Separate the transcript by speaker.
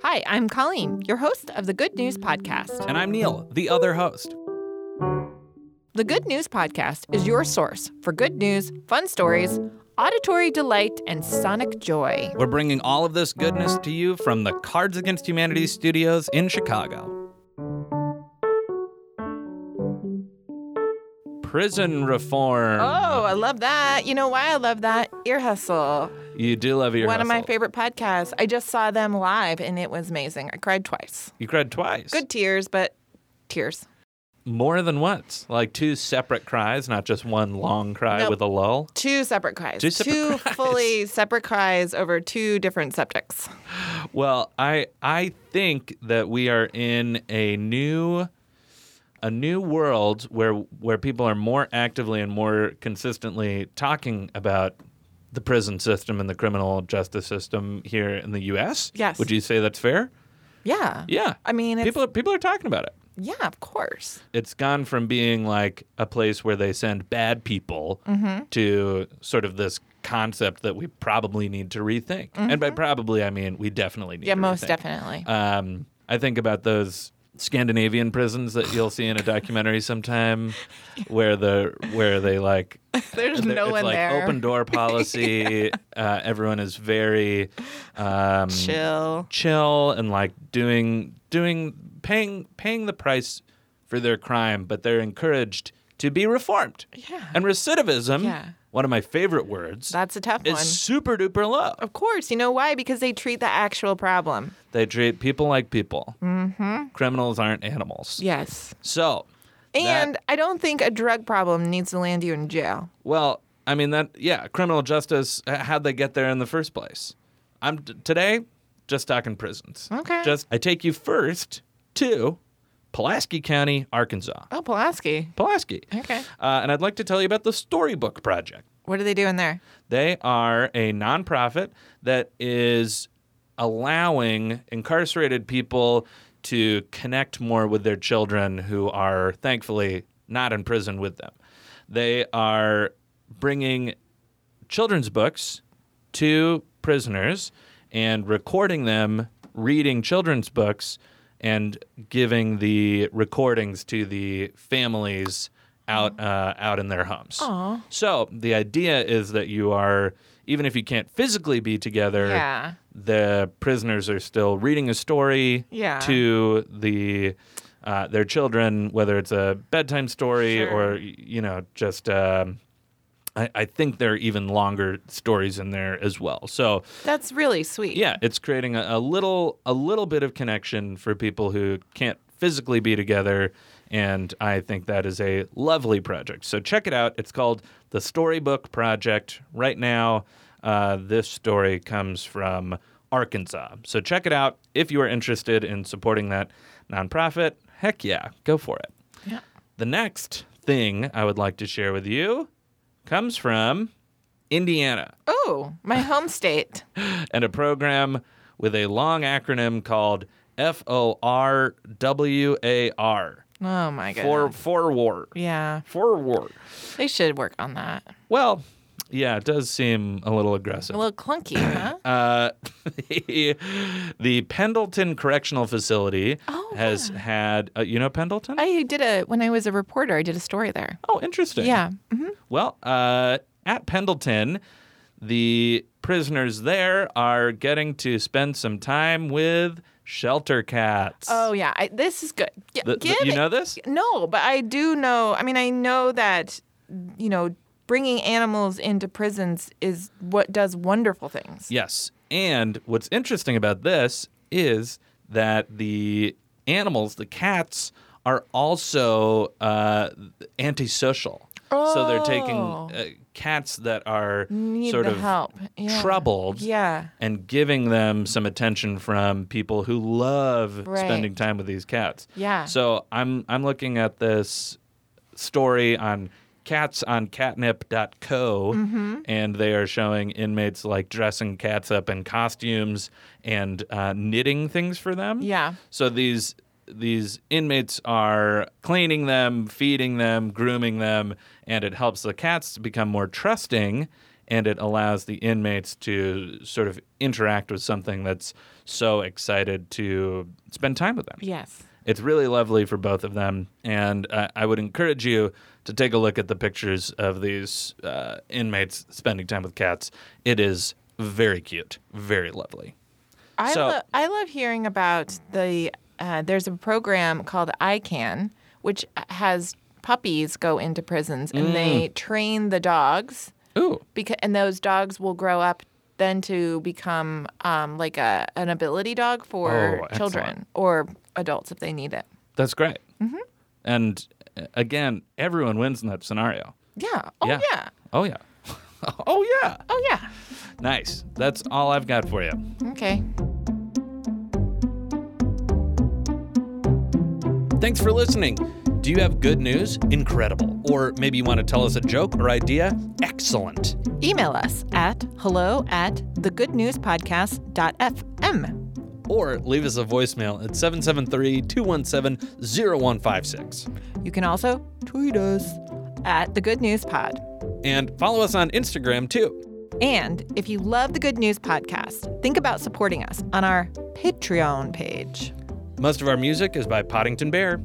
Speaker 1: Hi, I'm Colleen, your host of the Good News Podcast.
Speaker 2: And I'm Neil, the other host.
Speaker 1: The Good News Podcast is your source for good news, fun stories, auditory delight, and sonic joy.
Speaker 2: We're bringing all of this goodness to you from the Cards Against Humanity studios in Chicago. Prison reform.
Speaker 1: Oh, I love that. You know why I love that? Ear Hustle.
Speaker 2: You do love your
Speaker 1: One of my
Speaker 2: hustle.
Speaker 1: favorite podcasts. I just saw them live and it was amazing. I cried twice.
Speaker 2: You cried twice.
Speaker 1: Good tears, but tears.
Speaker 2: More than once. Like two separate cries, not just one long cry
Speaker 1: Nope.
Speaker 2: with a lull.
Speaker 1: Two separate cries.
Speaker 2: Two separate cries.
Speaker 1: fully separate cries over two different subjects.
Speaker 2: Well, I I think that we are in a new a new world where where people are more actively and more consistently talking about the prison system and the criminal justice system here in the US.
Speaker 1: Yes.
Speaker 2: Would you say that's fair?
Speaker 1: Yeah.
Speaker 2: Yeah.
Speaker 1: I mean, it's,
Speaker 2: people are, people are talking about it.
Speaker 1: yeah, of course.
Speaker 2: It's gone from being like a place where they send bad people
Speaker 1: Mm-hmm.
Speaker 2: to sort of this concept that we probably need to rethink. And by probably I mean we definitely need
Speaker 1: Mm-hmm. Yeah,
Speaker 2: to
Speaker 1: most
Speaker 2: rethink.
Speaker 1: definitely.
Speaker 2: Um, I think about those Scandinavian prisons that you'll see in a documentary sometime, where the where they like
Speaker 1: There's
Speaker 2: they're-
Speaker 1: no
Speaker 2: it's
Speaker 1: one
Speaker 2: like
Speaker 1: there.
Speaker 2: open door policy. uh, everyone is very um,
Speaker 1: Chill.
Speaker 2: chill and like doing doing paying paying the price for their crime, but they're encouraged to be reformed.
Speaker 1: Yeah.
Speaker 2: And recidivism,
Speaker 1: Yeah.
Speaker 2: one of my favorite words,
Speaker 1: That's Oh. a tough
Speaker 2: is
Speaker 1: one.
Speaker 2: super duper low.
Speaker 1: Of course. You know why? Because they treat the actual problem.
Speaker 2: They treat people like people. Mm-hmm. Criminals aren't animals.
Speaker 1: Yes.
Speaker 2: So, that-
Speaker 1: And I don't think a drug problem needs to land you in jail.
Speaker 2: well, I mean that yeah, criminal justice. h- How'd they get there in the first place? I'm t- today just talking prisons.
Speaker 1: Okay.
Speaker 2: Just I take you first to Pulaski County, Arkansas.
Speaker 1: Oh, Pulaski.
Speaker 2: Pulaski.
Speaker 1: Okay.
Speaker 2: Uh, and I'd like to tell you about the Storybook Project.
Speaker 1: What are they doing there?
Speaker 2: They are a nonprofit that is allowing incarcerated people to connect more with their children who are thankfully not in prison with them. They are bringing children's books to prisoners and recording them reading children's books and giving the recordings to the families out uh, out in their homes.
Speaker 1: Aw.
Speaker 2: So the idea is that you are even if you can't physically be together,
Speaker 1: Yeah.
Speaker 2: the prisoners are still reading a story
Speaker 1: Yeah.
Speaker 2: to the uh, their children, whether it's a bedtime story
Speaker 1: Sure.
Speaker 2: or y- you know just. Um, I, I think there are even longer stories in there as well. So
Speaker 1: That's really sweet.
Speaker 2: yeah, it's creating a, a little a little bit of connection for people who can't physically be together, and I think that is a lovely project. So check it out. It's called the Storybook Project. Right now, uh, this story comes from Arkansas. So check it out if you are interested in supporting that nonprofit. Heck yeah, go for it.
Speaker 1: Yeah.
Speaker 2: The next thing I would like to share with you comes from Indiana
Speaker 1: Oh, my home state.
Speaker 2: and a program with a long acronym called F O R W A R.
Speaker 1: Oh, my God.
Speaker 2: For forward.
Speaker 1: yeah.
Speaker 2: Forward.
Speaker 1: They should work on that.
Speaker 2: Well, yeah, it does seem a little aggressive.
Speaker 1: A little clunky, huh?
Speaker 2: Uh, the, the Pendleton Correctional Facility
Speaker 1: Oh,
Speaker 2: has had, uh, you know Pendleton?
Speaker 1: I did a, when I was a reporter, I did a story there.
Speaker 2: oh, interesting.
Speaker 1: Yeah. hmm
Speaker 2: Well, uh, at Pendleton, the prisoners there are getting to spend some time with shelter cats.
Speaker 1: Oh, yeah. I, this is good. G-
Speaker 2: The- the-
Speaker 1: give
Speaker 2: you know this?
Speaker 1: No, but I do know. I mean, I know that, you know, bringing animals into prisons is what does wonderful things.
Speaker 2: Yes. And what's interesting about this is that the animals, the cats, are also uh, antisocial. So they're taking
Speaker 1: Oh.
Speaker 2: uh, cats that are
Speaker 1: Need
Speaker 2: sort
Speaker 1: the
Speaker 2: of
Speaker 1: help. Yeah.
Speaker 2: troubled
Speaker 1: Yeah.
Speaker 2: and giving them some attention from people who love
Speaker 1: Right.
Speaker 2: spending time with these cats.
Speaker 1: Yeah.
Speaker 2: So I'm I'm looking at this story on catsoncatnip.co
Speaker 1: Mm-hmm.
Speaker 2: and they are showing inmates like dressing cats up in costumes and uh, knitting things for them.
Speaker 1: Yeah.
Speaker 2: So these these inmates are cleaning them, feeding them, grooming them, and it helps the cats become more trusting and it allows the inmates to sort of interact with something that's so excited to spend time with them.
Speaker 1: Yes.
Speaker 2: It's really lovely for both of them, and uh, I would encourage you to take a look at the pictures of these uh, inmates spending time with cats. It is very cute, very lovely.
Speaker 1: I,
Speaker 2: So-
Speaker 1: lo- I love hearing about the. Uh, there's a program called ICANN, which uh, has puppies go into prisons and they
Speaker 2: Mm.
Speaker 1: train the dogs,
Speaker 2: Ooh,
Speaker 1: because and those dogs will grow up then to become um, like a an ability dog for
Speaker 2: Oh,
Speaker 1: children
Speaker 2: excellent.
Speaker 1: or adults if they need it.
Speaker 2: that's great. Mm-hmm. And uh, again, everyone wins in that scenario.
Speaker 1: Yeah. Oh yeah.
Speaker 2: Oh yeah. oh yeah.
Speaker 1: Oh yeah.
Speaker 2: Nice. That's all I've got for you.
Speaker 1: Okay.
Speaker 2: Thanks for listening. Do you have good news? Incredible. Or maybe you want to tell us a joke or idea? Excellent.
Speaker 1: Email us at hello at thegoodnewspodcast.fm.
Speaker 2: Or leave us a voicemail at 773 217 0156.
Speaker 1: You can also tweet us at the Good News Pod.
Speaker 2: And follow us on Instagram too.
Speaker 1: And if you love the Good News Podcast, think about supporting us on our Patreon page.
Speaker 2: Most of our music is by Poddington Bear.